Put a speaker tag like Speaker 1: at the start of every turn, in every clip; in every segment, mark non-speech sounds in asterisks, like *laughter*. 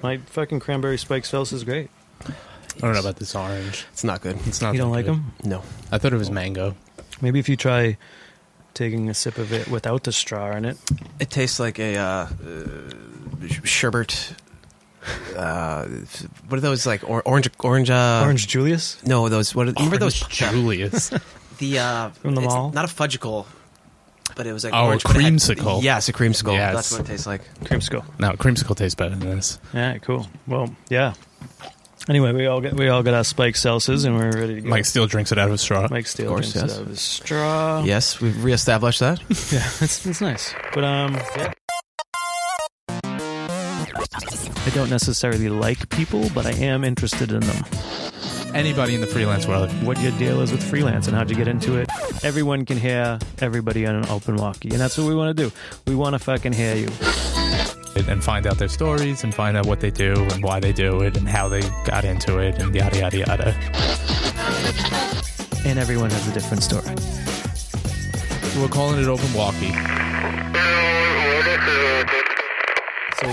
Speaker 1: My fucking cranberry spike sauce is great.
Speaker 2: I don't know about this orange.
Speaker 3: It's not good.
Speaker 2: It's not.
Speaker 1: you don't
Speaker 2: that
Speaker 1: like
Speaker 2: good.
Speaker 1: them?
Speaker 3: No.
Speaker 2: I thought it was mango.
Speaker 1: Maybe if you try taking a sip of it without the straw in it.
Speaker 3: It tastes like a uh, uh, sh- sherbet. Uh, what are those like? Or, orange, orange, uh,
Speaker 1: Orange Julius?
Speaker 3: No, those. What are, remember those?
Speaker 2: Orange Julius.
Speaker 3: The uh,
Speaker 1: From the
Speaker 3: it's
Speaker 1: mall?
Speaker 3: Not a fudgicle, but it was like
Speaker 2: Oh, a
Speaker 3: orange, but it had-
Speaker 2: creamsicle.
Speaker 3: yes, a creamsicle.
Speaker 2: Yes.
Speaker 3: That's what it tastes like.
Speaker 1: Creamsicle.
Speaker 2: no, creamsicle tastes better than this.
Speaker 1: Yeah, cool. Well, yeah. Anyway, we all got we all got our spike salsas and we're ready to go.
Speaker 2: Mike still drinks it out of a straw.
Speaker 1: Mike Steele
Speaker 3: Of course,
Speaker 1: drinks it
Speaker 3: yes.
Speaker 1: out of his
Speaker 2: Oh.
Speaker 1: straw.
Speaker 3: Yes, we've reestablished
Speaker 2: *laughs*
Speaker 3: that.
Speaker 1: *laughs* Yeah, it's, it's nice. But um yeah. I don't necessarily like people, but I am interested in them.
Speaker 2: Anybody in the freelance world.
Speaker 1: What your deal is with freelance and how'd you get into it? Everyone can hear everybody on an open walkie, and that's what we want to do. We want to fucking hear you.
Speaker 2: and- and find out their stories and find out what they do and why they do it and how they got into it and yada yada yada.
Speaker 1: And everyone has a different story.
Speaker 2: We're calling it open walkie.
Speaker 1: So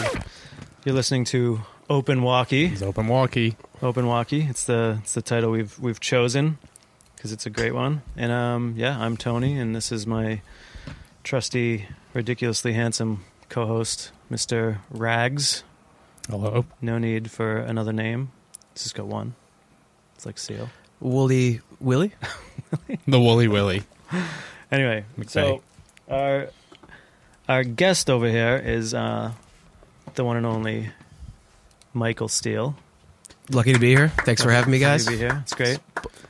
Speaker 1: you're listening to Open Walkie.
Speaker 2: It's open walkie.
Speaker 1: Open Walkie. It's the it's the title we've we've chosen because it's a great one. And um, yeah, I'm Tony, and this is my trusty, ridiculously handsome co-host, Mr. Rags.
Speaker 2: Hello.
Speaker 1: No need for another name. Let's just go one. It's like seal.
Speaker 3: Woolly Willy.
Speaker 2: The Woolly Willy.
Speaker 1: Anyway,
Speaker 2: McVeigh.
Speaker 1: so our our guest over here is uh, the one and only Michael Steele.
Speaker 3: Lucky to be here. Thanks for having me,
Speaker 1: Happy
Speaker 3: guys.
Speaker 1: to be here. It's great.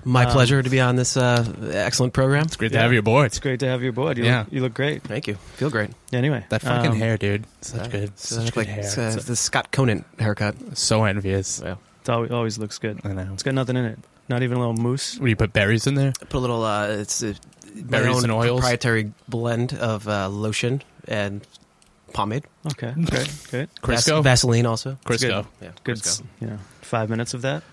Speaker 3: My
Speaker 1: Um,
Speaker 3: pleasure to be on this uh, excellent program.
Speaker 2: It's great
Speaker 1: Yeah.
Speaker 2: to have you aboard.
Speaker 1: It's great to have you aboard. You
Speaker 2: Yeah.
Speaker 1: look, you look great.
Speaker 3: Thank you. Feel great.
Speaker 1: Anyway,
Speaker 2: That fucking
Speaker 1: um,
Speaker 2: hair, dude. Such
Speaker 3: Uh,
Speaker 2: good.
Speaker 3: so
Speaker 2: Such
Speaker 3: it's
Speaker 2: good
Speaker 3: like
Speaker 2: hair.
Speaker 3: it's, uh,
Speaker 2: So,
Speaker 3: the Scott Conant haircut.
Speaker 2: so envious.
Speaker 1: It always, always looks good.
Speaker 2: I know.
Speaker 1: It's got nothing in it. Not even a little moose.
Speaker 2: What do you put berries in there?
Speaker 3: Put a little. Uh, it's a, my
Speaker 2: Berries
Speaker 3: own
Speaker 2: and oils?
Speaker 3: proprietary blend of uh, lotion and pomade. *laughs*
Speaker 1: Okay, great, good,
Speaker 3: Vas-
Speaker 2: Crisco.
Speaker 3: Vaseline also.
Speaker 2: Crisco.
Speaker 3: Yeah,
Speaker 1: good.
Speaker 3: Crisco.
Speaker 1: s- Yeah, five minutes of that.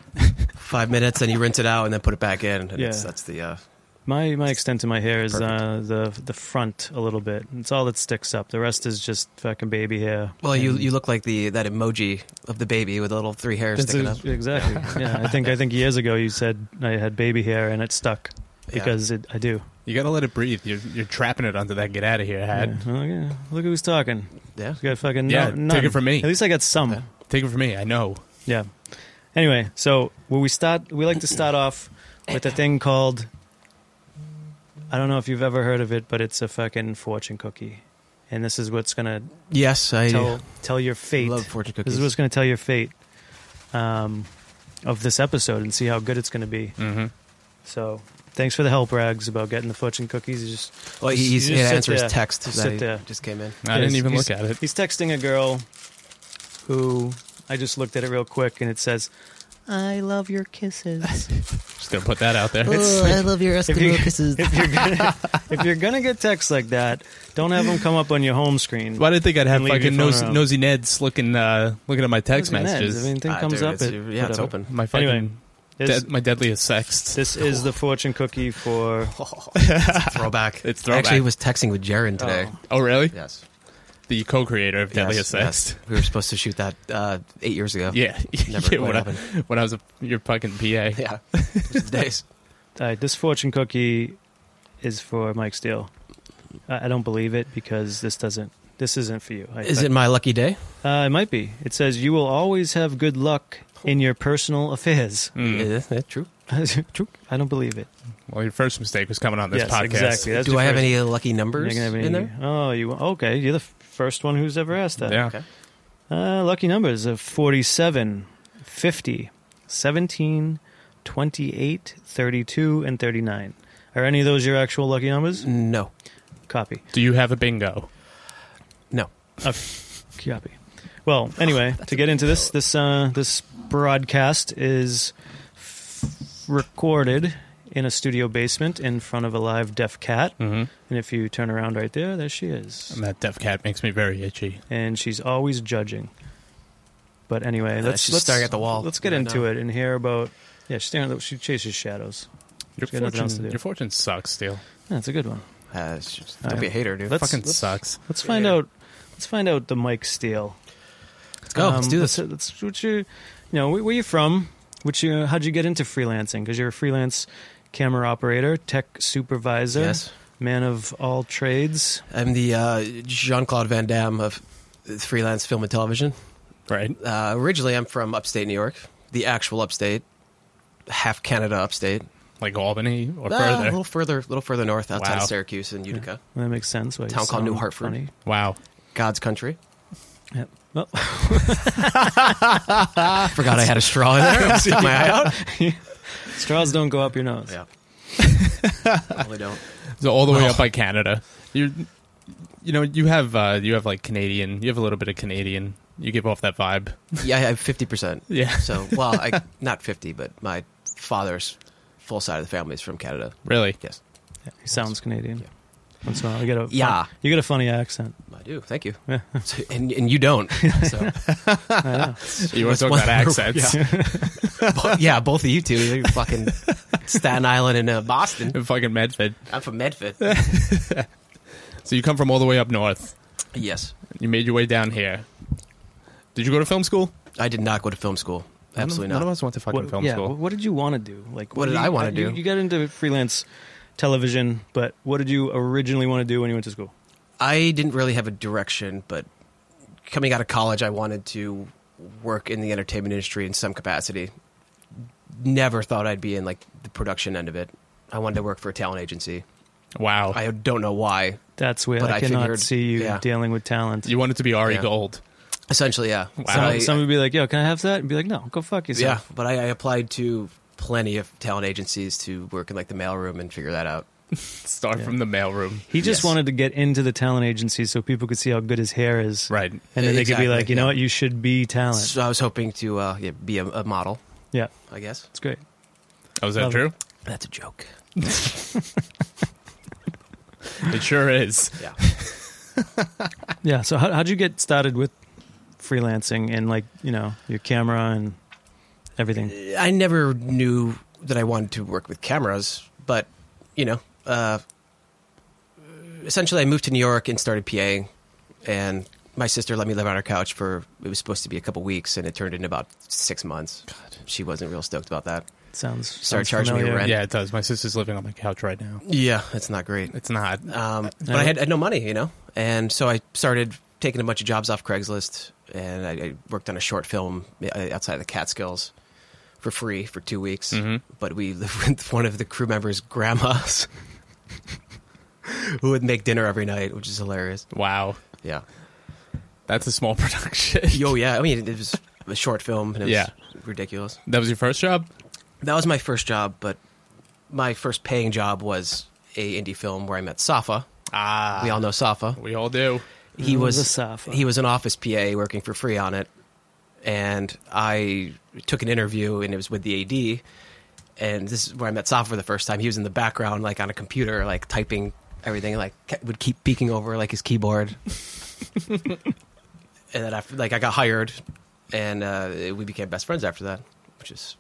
Speaker 3: Five minutes, and you rinse it out, and then put it back in. And it's,
Speaker 1: Yeah.
Speaker 3: that's the. Uh,
Speaker 1: My my extent to my hair is
Speaker 3: Perfect.
Speaker 1: uh, the the front a little bit. It's all that sticks up. The rest is just fucking baby hair.
Speaker 3: well, you
Speaker 1: And-
Speaker 3: you look like the that emoji of the baby with the little three hairs
Speaker 1: That's
Speaker 3: sticking up.
Speaker 1: ex-
Speaker 3: *laughs*
Speaker 1: exactly. Yeah, I think I think years ago you said I had baby hair and it stuck
Speaker 3: Yeah.
Speaker 1: because it, I do.
Speaker 2: You gotta let it breathe. You're, you're trapping it under that get out of here
Speaker 1: Yeah.
Speaker 2: hat.
Speaker 1: Oh, yeah. Look who's talking.
Speaker 3: Yeah.
Speaker 1: You got fucking
Speaker 2: Yeah,
Speaker 1: no,
Speaker 2: take
Speaker 1: none.
Speaker 2: it from me.
Speaker 1: At least I got some.
Speaker 3: Yeah.
Speaker 2: Take it from me. I know.
Speaker 1: Yeah. Anyway, so when we start, we like to start
Speaker 3: *laughs*
Speaker 1: off with a thing called. I don't know if you've ever heard of it, but it's a fucking fortune cookie, and this is what's gonna
Speaker 3: Yes, I
Speaker 1: tell tell your fate.
Speaker 3: love fortune
Speaker 1: This
Speaker 3: cookies.
Speaker 1: is what's gonna tell your fate um, of this episode, and see how good it's gonna be.
Speaker 2: Mm-hmm.
Speaker 1: So, thanks for the help, Rags, about getting the fortune cookies. You just
Speaker 3: well,
Speaker 1: you just
Speaker 3: he's, he
Speaker 1: sit
Speaker 3: answers
Speaker 1: there.
Speaker 3: text
Speaker 1: Just
Speaker 3: that
Speaker 1: sit
Speaker 3: he
Speaker 1: there.
Speaker 3: just came in.
Speaker 2: I didn't
Speaker 1: Yes,
Speaker 2: even
Speaker 1: he's-
Speaker 2: look at it.
Speaker 1: He's texting a girl who I just looked at it real quick, and it says, *laughs*
Speaker 4: I love your kisses.
Speaker 2: Just gonna put that out there.
Speaker 1: *laughs*
Speaker 4: oh, I love your
Speaker 1: If you-
Speaker 4: Eskimo kisses.
Speaker 1: if you're gonna, if you're gonna get texts like that, don't have them come up on your home screen.
Speaker 2: Why did I think I'd have
Speaker 1: And leave your
Speaker 2: fucking
Speaker 1: phone
Speaker 2: nose,
Speaker 1: around.
Speaker 2: nosy Ned's looking uh, looking at my text
Speaker 1: Doesn't matter.
Speaker 2: messages?
Speaker 1: I mean, thing
Speaker 3: Ah,
Speaker 1: comes
Speaker 3: dude,
Speaker 1: up.
Speaker 3: it's-
Speaker 1: it-
Speaker 3: yeah, it's
Speaker 1: whatever. *laughs*
Speaker 3: open.
Speaker 2: my fucking
Speaker 1: Anyway, This,
Speaker 2: dead- my deadliest sex.
Speaker 1: this is the fortune cookie
Speaker 2: *laughs*
Speaker 1: for.
Speaker 3: Throwback.
Speaker 2: It's throwback.
Speaker 3: Actually, I was texting with Jaron today.
Speaker 1: Oh.
Speaker 2: Oh really?
Speaker 3: Yes.
Speaker 2: The co-creator of Deadliest
Speaker 3: yes,
Speaker 2: Sex.
Speaker 3: yes. We were supposed to shoot that uh, eight years ago.
Speaker 2: *laughs* Yeah,
Speaker 1: *laughs*
Speaker 3: Never
Speaker 2: yeah.
Speaker 3: quite
Speaker 2: When I,
Speaker 3: happened.
Speaker 2: when I was a, your fucking
Speaker 3: *laughs*
Speaker 2: PA.
Speaker 3: Yeah. Those are the days.
Speaker 1: All right, uh, this fortune cookie is for Mike Steele. I, I don't believe it because this doesn't. This isn't for you. I,
Speaker 3: Is it my lucky day?
Speaker 1: Uh, it might be. It says you will always have good luck in your personal affairs.
Speaker 2: Mm.
Speaker 3: Is it true?
Speaker 1: *laughs* True. I don't believe it.
Speaker 2: Well, your first mistake was coming on this
Speaker 1: yes,
Speaker 2: podcast.
Speaker 1: exactly. That's
Speaker 3: Do
Speaker 1: your
Speaker 3: I have
Speaker 1: first-
Speaker 3: any lucky
Speaker 1: You're
Speaker 3: numbers
Speaker 1: gonna have any?
Speaker 3: in there?
Speaker 1: Oh, you okay? You're the f- first one who's ever asked that.
Speaker 2: Yeah.
Speaker 3: Okay.
Speaker 1: Uh, lucky numbers of 47, 50, 17, 28, 32, and 39. Are any of those your actual lucky numbers?
Speaker 3: No.
Speaker 1: Copy.
Speaker 2: Do you have a bingo?
Speaker 3: No.
Speaker 1: Copy.
Speaker 3: *laughs*
Speaker 1: Well, anyway, to get into this, this uh, this broadcast is f- recorded in a studio basement in front of a live deaf cat.
Speaker 2: Mm-hmm.
Speaker 1: And if you turn around right there, there she is.
Speaker 2: And that deaf cat makes me very itchy.
Speaker 1: And she's always judging. But anyway,
Speaker 3: Uh,
Speaker 1: let's
Speaker 3: she's
Speaker 1: let's-
Speaker 3: staring at the wall
Speaker 1: Let's get
Speaker 3: right
Speaker 1: into
Speaker 3: now.
Speaker 1: it and hear about. Yeah, she's staring. At the, she chases shadows.
Speaker 2: Your
Speaker 1: got nothing else to
Speaker 2: fortune,
Speaker 1: do.
Speaker 2: your fortune sucks, Steele.
Speaker 1: That's a good one.
Speaker 3: Uh, it's just-
Speaker 1: All
Speaker 3: don't be a
Speaker 1: right.
Speaker 3: hater, dude.
Speaker 1: Let's-
Speaker 2: Fucking sucks.
Speaker 1: Let's find
Speaker 3: Yeah.
Speaker 1: out. Let's find out the Mike Steele.
Speaker 3: Let's go. let's
Speaker 1: Um,
Speaker 3: do this.
Speaker 1: Let's, let's- what you, you know, where, where you from? What you, how'd you get into freelancing? Because you're a freelance camera operator, tech supervisor,
Speaker 3: Yes.
Speaker 1: man of all trades.
Speaker 3: I'm the uh, Jean Claude Van Damme of freelance film and television.
Speaker 5: Right.
Speaker 3: Uh, originally, I'm from upstate New York, the actual upstate, half Canada upstate.
Speaker 2: Like Albany or
Speaker 3: Ah, a
Speaker 2: further.
Speaker 3: little further, little further north, outside
Speaker 2: Wow.
Speaker 3: of Syracuse and Utica,
Speaker 1: That makes sense. Why you
Speaker 3: Town called New
Speaker 1: sound
Speaker 3: Hartford.
Speaker 1: funny.
Speaker 2: Wow.
Speaker 3: God's country.
Speaker 1: Yep.
Speaker 3: *laughs*
Speaker 1: Well,
Speaker 3: I forgot I had a straw in
Speaker 1: *laughs*
Speaker 3: there. Stick my eye out.
Speaker 1: straws don't go up your nose.
Speaker 3: Yeah. *laughs* Probably don't.
Speaker 2: So all the way up by Canada. You you know, you have uh you have like Canadian, you have a little bit of Canadian. You give off that vibe.
Speaker 3: Yeah, I have fifty percent.
Speaker 2: Yeah.
Speaker 3: So, well, I not fifty, but my father's full side of the family is from Canada.
Speaker 2: *laughs* Really?
Speaker 3: Yes,
Speaker 1: He sounds Canadian.
Speaker 3: Yeah.
Speaker 1: Once in a while, you get a fun-
Speaker 3: Yeah.
Speaker 1: you get a funny
Speaker 3: *laughs*
Speaker 1: accent.
Speaker 3: I do. Thank you.
Speaker 1: Yeah.
Speaker 3: So, and and you don't.
Speaker 1: *laughs*
Speaker 3: So,
Speaker 1: I know.
Speaker 2: You want to talk about *laughs* accents.
Speaker 3: bo- yeah, both of you two, you're fucking Staten Island and uh, Boston.
Speaker 1: *laughs*
Speaker 2: In *laughs* fucking Medford.
Speaker 3: I'm from Medford.
Speaker 2: So you come from all the way up north.
Speaker 3: yes,
Speaker 2: You made your way down here. Did you go to film school?
Speaker 3: I did not go to film school. Absolutely
Speaker 2: None of
Speaker 3: not.
Speaker 2: us went to fucking
Speaker 1: What,
Speaker 2: film
Speaker 1: yeah,
Speaker 2: school.
Speaker 1: What did you want to do? Like,
Speaker 3: What did
Speaker 1: you- uh,
Speaker 3: I wanna
Speaker 1: you-
Speaker 3: do?
Speaker 1: You got into freelance television, but what did you originally want to do when you went to school?
Speaker 3: I didn't really have a direction, but coming out of college, I wanted to work in the entertainment industry in some capacity. Never thought I'd be in like the production end of it. I wanted to work for a talent agency.
Speaker 2: Wow.
Speaker 3: I don't know why.
Speaker 1: That's weird.
Speaker 3: But
Speaker 1: I,
Speaker 3: I
Speaker 1: cannot
Speaker 3: figured-
Speaker 1: see you
Speaker 3: yeah.
Speaker 1: dealing with talent.
Speaker 2: you wanted to be Ari
Speaker 3: Yeah.
Speaker 2: Gold.
Speaker 3: Essentially, yeah.
Speaker 2: Wow.
Speaker 1: some,
Speaker 3: I-
Speaker 1: some would be like, "Yo, can I have that?" And be like, "No, go fuck
Speaker 3: yeah,
Speaker 1: yourself."
Speaker 3: but I, I applied to plenty of talent agencies to work in like the mailroom and figure that out.
Speaker 2: Start
Speaker 1: Yeah.
Speaker 2: from the *laughs* mailroom.
Speaker 1: He just
Speaker 3: Yes.
Speaker 1: wanted to get into the talent agency so people could see how good his hair is,
Speaker 2: Right.
Speaker 1: and then they could be
Speaker 3: Exactly,
Speaker 1: like, "You know
Speaker 3: yeah.
Speaker 1: what? You should be talent."
Speaker 3: So I was hoping to uh, yeah, be a, a model,
Speaker 1: yeah,
Speaker 3: I guess.
Speaker 1: it's great.
Speaker 2: Oh, is that
Speaker 1: Love
Speaker 2: true?
Speaker 3: That's a joke.
Speaker 2: It sure is.
Speaker 3: Yeah.
Speaker 1: Yeah. So how, how'd you get started with freelancing and like you know your camera and everything?
Speaker 3: I never knew that I wanted to work with cameras, but you know, uh, essentially, I moved to New York and started PAing, and my sister let me live on her couch for it was supposed to be a couple weeks, and it turned into about six months. She wasn't real stoked about that.
Speaker 1: Sounds
Speaker 3: Start
Speaker 1: sounds
Speaker 3: charging me
Speaker 1: familiar.
Speaker 3: rent.
Speaker 2: Yeah, it does. My sister's living on my couch right now.
Speaker 3: Yeah, that's not great.
Speaker 1: *laughs*
Speaker 2: It's not.
Speaker 3: Um, but
Speaker 1: I-
Speaker 3: I had, had no money, you know, and so I started taking a bunch of jobs off Craigslist, and I, I worked on a short film uh, outside of the Catskills for free for two weeks.
Speaker 2: Mhm.
Speaker 3: But we *laughs* lived with one of the crew members' grandmas, *laughs* who would make dinner every night, which is hilarious.
Speaker 2: Wow.
Speaker 3: Yeah.
Speaker 2: That's a small *laughs* production.
Speaker 3: Yo, yeah. I mean, it was a short film, and it was
Speaker 2: Yeah.
Speaker 3: ridiculous.
Speaker 2: That was your first job?
Speaker 3: That was my first job, but my first paying job was a indie film where I met Safa.
Speaker 2: Ah.
Speaker 3: We all know Safa.
Speaker 2: We all do.
Speaker 3: he
Speaker 1: It was
Speaker 3: was
Speaker 1: a Safa.
Speaker 3: he was an office PA working for free on it, and I took an interview and it was with the AD, and this is where I met Safa for the first time. He was in the background, like on a computer, like typing everything, like ke- would keep peeking over like his
Speaker 1: *laughs*
Speaker 3: keyboard, and then after, like I got hired, and uh, we became best friends after that, which is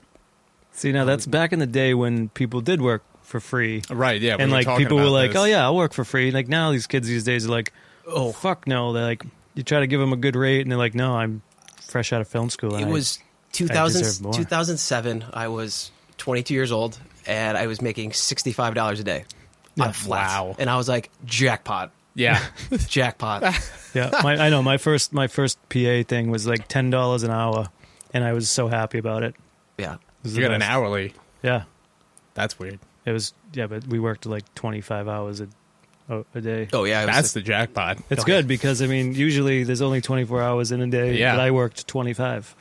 Speaker 1: See, now that's back in the day when people did work for free.
Speaker 2: Right, yeah. we
Speaker 1: and
Speaker 2: were
Speaker 1: like
Speaker 2: talking
Speaker 1: people were
Speaker 2: about
Speaker 1: like,
Speaker 2: this.
Speaker 1: "Oh yeah, I'll work for free." Like now, these kids these days are like, "Oh fuck no!" They're like, you try to give them a good rate, and they're like, "No, I'm fresh out of film school." and
Speaker 3: it
Speaker 1: I-
Speaker 3: was
Speaker 1: deserve
Speaker 3: 2000,
Speaker 1: more.
Speaker 3: 2007 I was 22 years old and I was making $65 a day on flat.
Speaker 2: Wow.
Speaker 3: And I was like jackpot.
Speaker 1: *laughs*
Speaker 2: Yeah. *laughs*
Speaker 3: Jackpot.
Speaker 1: *laughs* yeah. My, I know my first my first PA thing was like ten dollars an hour, and I was so happy about it.
Speaker 3: yeah.
Speaker 1: It was
Speaker 2: you
Speaker 1: the
Speaker 2: got an
Speaker 1: best.
Speaker 2: hourly.
Speaker 1: Yeah,
Speaker 2: That's weird.
Speaker 1: it was. Yeah, but we worked like twenty five hours a, a, a day.
Speaker 3: Oh yeah, it was
Speaker 2: That's
Speaker 3: the-
Speaker 2: the jackpot.
Speaker 1: It's good because I mean, usually there's only twenty four hours in a day,
Speaker 2: Yeah.
Speaker 1: but I worked twenty five.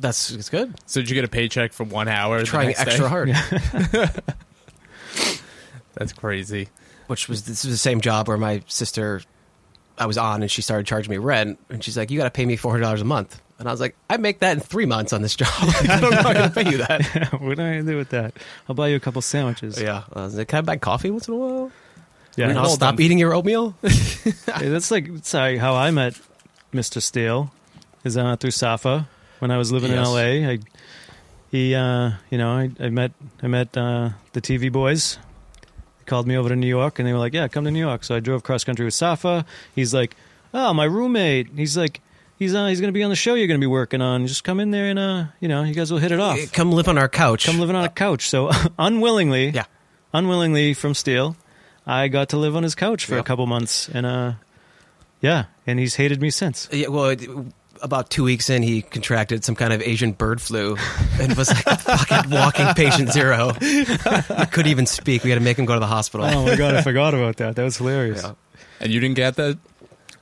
Speaker 3: that's it's good.
Speaker 2: So did you get a paycheck for one hour? the
Speaker 3: Trying
Speaker 2: next
Speaker 3: extra
Speaker 2: day?
Speaker 3: hard,
Speaker 2: That's crazy.
Speaker 3: *laughs* which was this was the same job where my sister I was on and she started charging me rent and she's like you got to pay me $400 a month. And I was like I make that in 3 months on this job. *laughs* I don't know if I can pay you
Speaker 2: *laughs*
Speaker 3: that.
Speaker 1: *laughs* what am I gonna do with that? I'll buy you a couple sandwiches.
Speaker 3: Oh, yeah. I was like, can I buy coffee once in a while?
Speaker 1: Yeah.
Speaker 3: and I'll
Speaker 2: hold
Speaker 3: stop
Speaker 2: on.
Speaker 3: eating your oatmeal.
Speaker 1: *laughs* Hey, that's like sorry, how I met Mr. Steele is uh, through Safa when I was living
Speaker 3: Yes.
Speaker 1: in LA. I, he, uh, you know, I, I met I met uh, the TV boys. They called me over to New York, and they were like, "Yeah, come to New York." So I drove cross country with Safa. He's like, "Oh, my roommate." He's like, he's uh, he's going to be on the show you're going to be working on. Just come in there and uh, you know, you guys will hit it off.
Speaker 3: Eh, Come live on our couch.
Speaker 1: I'm living on a couch, so *laughs* unwillingly,
Speaker 3: Yeah.
Speaker 1: unwillingly from Steele, I got to live on his couch for
Speaker 3: Yeah.
Speaker 1: a couple months, and uh, yeah, and he's hated me
Speaker 3: *laughs*
Speaker 1: since.
Speaker 3: Yeah, well, it- about two weeks in, he contracted some kind of Asian bird flu and was like fucking walking patient
Speaker 2: *laughs*
Speaker 3: zero. he couldn't even speak. We had to make him go to the hospital.
Speaker 1: Oh my god, I forgot about that. That was hilarious.
Speaker 3: Yeah.
Speaker 2: And you didn't get that?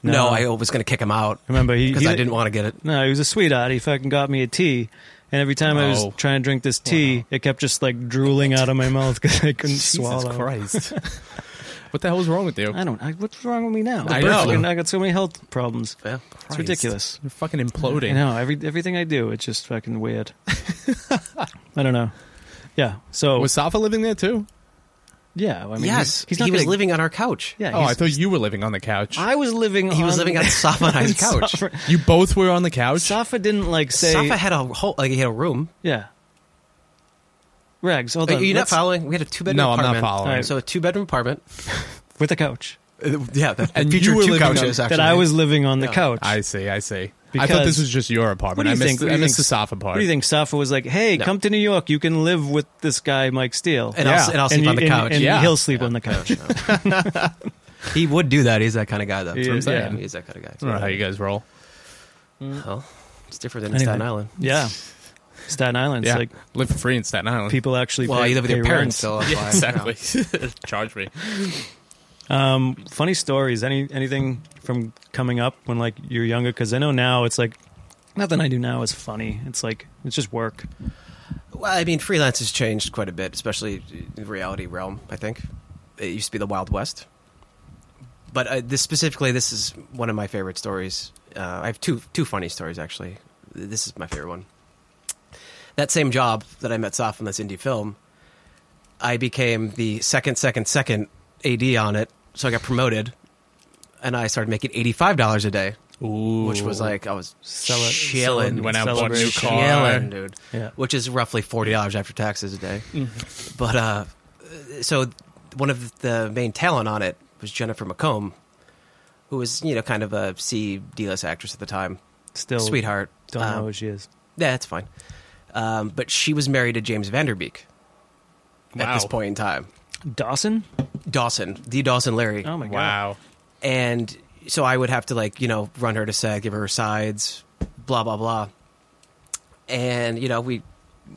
Speaker 3: no.
Speaker 1: No.
Speaker 3: I was going to kick him out
Speaker 1: Remember, he,
Speaker 3: because
Speaker 1: he
Speaker 3: I didn't want to get it.
Speaker 1: No, he was a sweetheart. He fucking got me a tea, and every time I was
Speaker 2: Wow.
Speaker 1: trying to drink this tea, it kept just like drooling out of my mouth because I couldn't swallow. *laughs*
Speaker 2: Christ. what the hell is wrong with you?
Speaker 1: I don't. I, what's wrong with me now?
Speaker 2: I
Speaker 1: Bird
Speaker 2: know.
Speaker 1: flu. I got so many health problems.
Speaker 3: Yeah.
Speaker 2: Christ.
Speaker 1: ridiculous.
Speaker 2: You're fucking
Speaker 1: I
Speaker 2: imploding.
Speaker 1: know every everything I do, it's just fucking
Speaker 2: *laughs*
Speaker 1: weird. I don't know. Yeah. So
Speaker 2: Was Safa living there too?
Speaker 1: yeah. I mean,
Speaker 3: yes,
Speaker 1: he's, he's
Speaker 3: he
Speaker 1: not
Speaker 3: was
Speaker 1: gonna-
Speaker 3: living on our couch.
Speaker 1: Yeah.
Speaker 2: oh, I
Speaker 1: he's-
Speaker 2: thought you were living on the couch.
Speaker 1: I was living.
Speaker 3: He was
Speaker 1: on- *laughs*
Speaker 3: living on Safa and I's couch.
Speaker 1: Safa,
Speaker 3: *laughs*
Speaker 2: you both were on the couch?
Speaker 1: Safa didn't like say.
Speaker 3: Safa had a whole like he had a room.
Speaker 1: yeah. Rags. Hold
Speaker 3: Are
Speaker 1: on.
Speaker 3: you not
Speaker 1: let's-
Speaker 3: following? We had a two bedroom.
Speaker 2: No, I'm not
Speaker 3: apartment.
Speaker 2: following.
Speaker 1: All right.
Speaker 3: So a two bedroom apartment.
Speaker 1: with the couch
Speaker 3: Uh, Yeah,
Speaker 1: *laughs*
Speaker 3: that
Speaker 2: And
Speaker 3: featured
Speaker 2: you were
Speaker 3: two
Speaker 2: living on-
Speaker 3: couches. actually,
Speaker 1: that I was living on the
Speaker 3: Yeah.
Speaker 1: couch.
Speaker 2: I see, I see. I thought
Speaker 1: Because-
Speaker 2: this was just your
Speaker 1: What
Speaker 2: apartment.
Speaker 1: do you
Speaker 2: I missed,
Speaker 1: think? What do
Speaker 2: I
Speaker 1: you
Speaker 2: missed
Speaker 1: think-
Speaker 2: the Safa part.
Speaker 1: What do you think? Safa was like, "Hey,
Speaker 3: No.
Speaker 1: come to New York. You can live with this guy, Mike Steele,
Speaker 3: and, I'll,
Speaker 2: Yeah.
Speaker 3: and I'll sleep
Speaker 1: And
Speaker 3: on
Speaker 1: you-
Speaker 3: the
Speaker 1: and-
Speaker 3: couch.
Speaker 1: and
Speaker 3: *laughs*
Speaker 2: Yeah.
Speaker 1: he'll sleep on the couch." *laughs*
Speaker 3: He would do that. He's that kind of guy, though. That's
Speaker 1: He
Speaker 3: what I'm
Speaker 1: is,
Speaker 3: saying.
Speaker 1: yeah.
Speaker 3: He's that kind of
Speaker 2: I
Speaker 3: guy.
Speaker 2: don't know how you guys roll.
Speaker 3: Well, it's different than
Speaker 1: Anyway.
Speaker 3: Staten Island.
Speaker 1: Yeah, Staten Island.
Speaker 2: yeah.
Speaker 1: It's like
Speaker 2: Live for free in Staten Island.
Speaker 1: people actually.
Speaker 3: Well,
Speaker 1: pay,
Speaker 3: you live with
Speaker 1: pay
Speaker 3: your parents,
Speaker 1: rent. *laughs*
Speaker 3: so uh,
Speaker 2: *laughs*
Speaker 3: that's
Speaker 2: yeah,
Speaker 3: why,
Speaker 2: exactly. Charge me.
Speaker 1: Um, funny stories. Any anything from coming up when like you're younger? Because I know now it's like nothing I do now is funny. It's like it's just work.
Speaker 3: you know. Well, I mean, freelance has changed quite a bit, especially in the reality realm. I think it used to be the Wild West, but uh, this specifically, this is one of my favorite stories. Uh, I have two two funny stories actually. This is my favorite one. That same job that I met Saf in this indie film, I became the second, second, second AD on it. So I got promoted, and I started making eighty five dollars a day.
Speaker 2: Ooh.
Speaker 3: which was like I was
Speaker 1: Cele-
Speaker 3: chilling,
Speaker 1: cele-
Speaker 2: Went out, bought a new
Speaker 1: celebration.
Speaker 2: car.
Speaker 3: chilling, dude.
Speaker 1: Yeah.
Speaker 3: Which is roughly forty dollars after taxes a day. But uh, so one of the main talent on it was Jennifer McComb, who was you know kind of a C D list actress at the time,
Speaker 1: Still,
Speaker 3: sweetheart.
Speaker 1: Don't
Speaker 3: Um,
Speaker 1: know who she is.
Speaker 3: yeah, that's fine. Um, but she was married to James Vanderbeek at
Speaker 2: Wow.
Speaker 3: this point in time.
Speaker 1: Dawson.
Speaker 3: Dawson, the Dawson Larry.
Speaker 1: Oh my god.
Speaker 2: Wow.
Speaker 3: and so I would have to like you know run her to set, give her sides, blah blah blah. And you know we,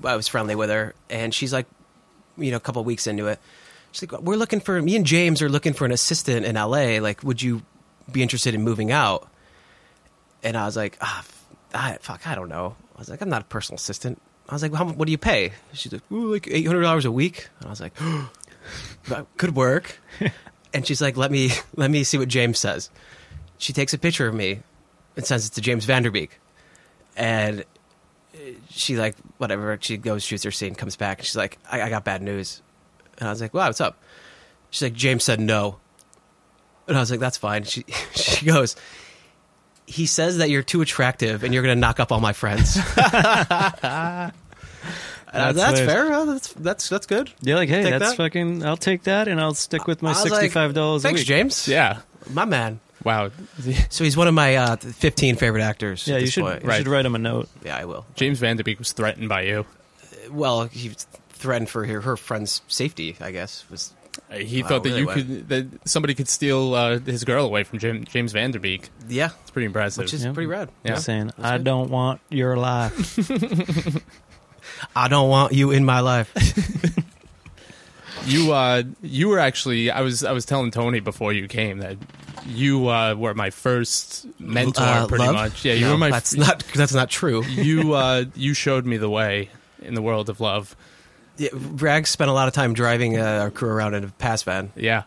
Speaker 3: I was friendly with her, and she's like, you know, a couple weeks into it, she's like, we're looking for me and James are looking for an assistant in L.A. Like, would you be interested in moving out? And I was like, ah, f- I, fuck, I don't know. I was like, I'm not a personal assistant. I was like, well, how, mu- what do you pay? She's like, ooh, like eight hundred dollars a week. And I was like, that could work and she's like, "Let me let me see what James says." She takes a picture of me and sends it to James Vanderbeek, and uh, she like whatever. She goes shoots her scene, comes back, and she's like, "I, I got bad news," and I was like, "Wow, what's up?" She's like, "James said no," and I was like, "That's fine." She *laughs* she goes. He says that you're too attractive and you're going to knock up all my friends. *laughs* And I was like,
Speaker 1: That's
Speaker 3: that's,
Speaker 1: hilarious.
Speaker 3: fair. Oh, That's that's that's good.
Speaker 1: You're like, hey,
Speaker 3: Take
Speaker 1: that's
Speaker 3: that?
Speaker 1: fucking. I'll take that, and I'll stick with my
Speaker 3: I was like,
Speaker 1: sixty-five dollars a
Speaker 3: Thanks,
Speaker 1: week.
Speaker 3: James.
Speaker 2: Yeah.
Speaker 3: my man.
Speaker 2: Wow.
Speaker 3: So he's one of my uh, 15 favorite actors.
Speaker 1: Yeah,
Speaker 3: at
Speaker 1: you
Speaker 3: this
Speaker 1: should,
Speaker 3: point.
Speaker 1: you should write him a note.
Speaker 3: Yeah, I will.
Speaker 2: James Vanderbeek was threatened by you.
Speaker 3: Well, he threatened for her, her friend's safety. I guess was
Speaker 2: Uh, He
Speaker 3: Wow,
Speaker 2: thought that
Speaker 3: really
Speaker 2: you
Speaker 3: well.
Speaker 2: could that somebody could steal uh, his girl away from Jim, James Vanderbeek.
Speaker 3: yeah,
Speaker 2: It's pretty impressive.
Speaker 3: which is
Speaker 1: Yeah.
Speaker 3: pretty rad.
Speaker 2: Yeah.
Speaker 1: Saying,
Speaker 3: That's
Speaker 1: I
Speaker 3: good.
Speaker 1: don't want your
Speaker 3: *laughs*
Speaker 1: life.
Speaker 3: I don't want you in my life.
Speaker 2: you uh you were actually I was I was telling Tony before you came that you uh were my first *laughs* mentor
Speaker 3: Uh,
Speaker 2: pretty
Speaker 3: love?
Speaker 2: much. Yeah, you
Speaker 3: No,
Speaker 2: were my
Speaker 3: That's not that's not true.
Speaker 2: you uh you showed me the way in the world of love.
Speaker 3: Yeah, Rag spent a lot of time driving uh, our crew around in a pass van.
Speaker 2: Yeah.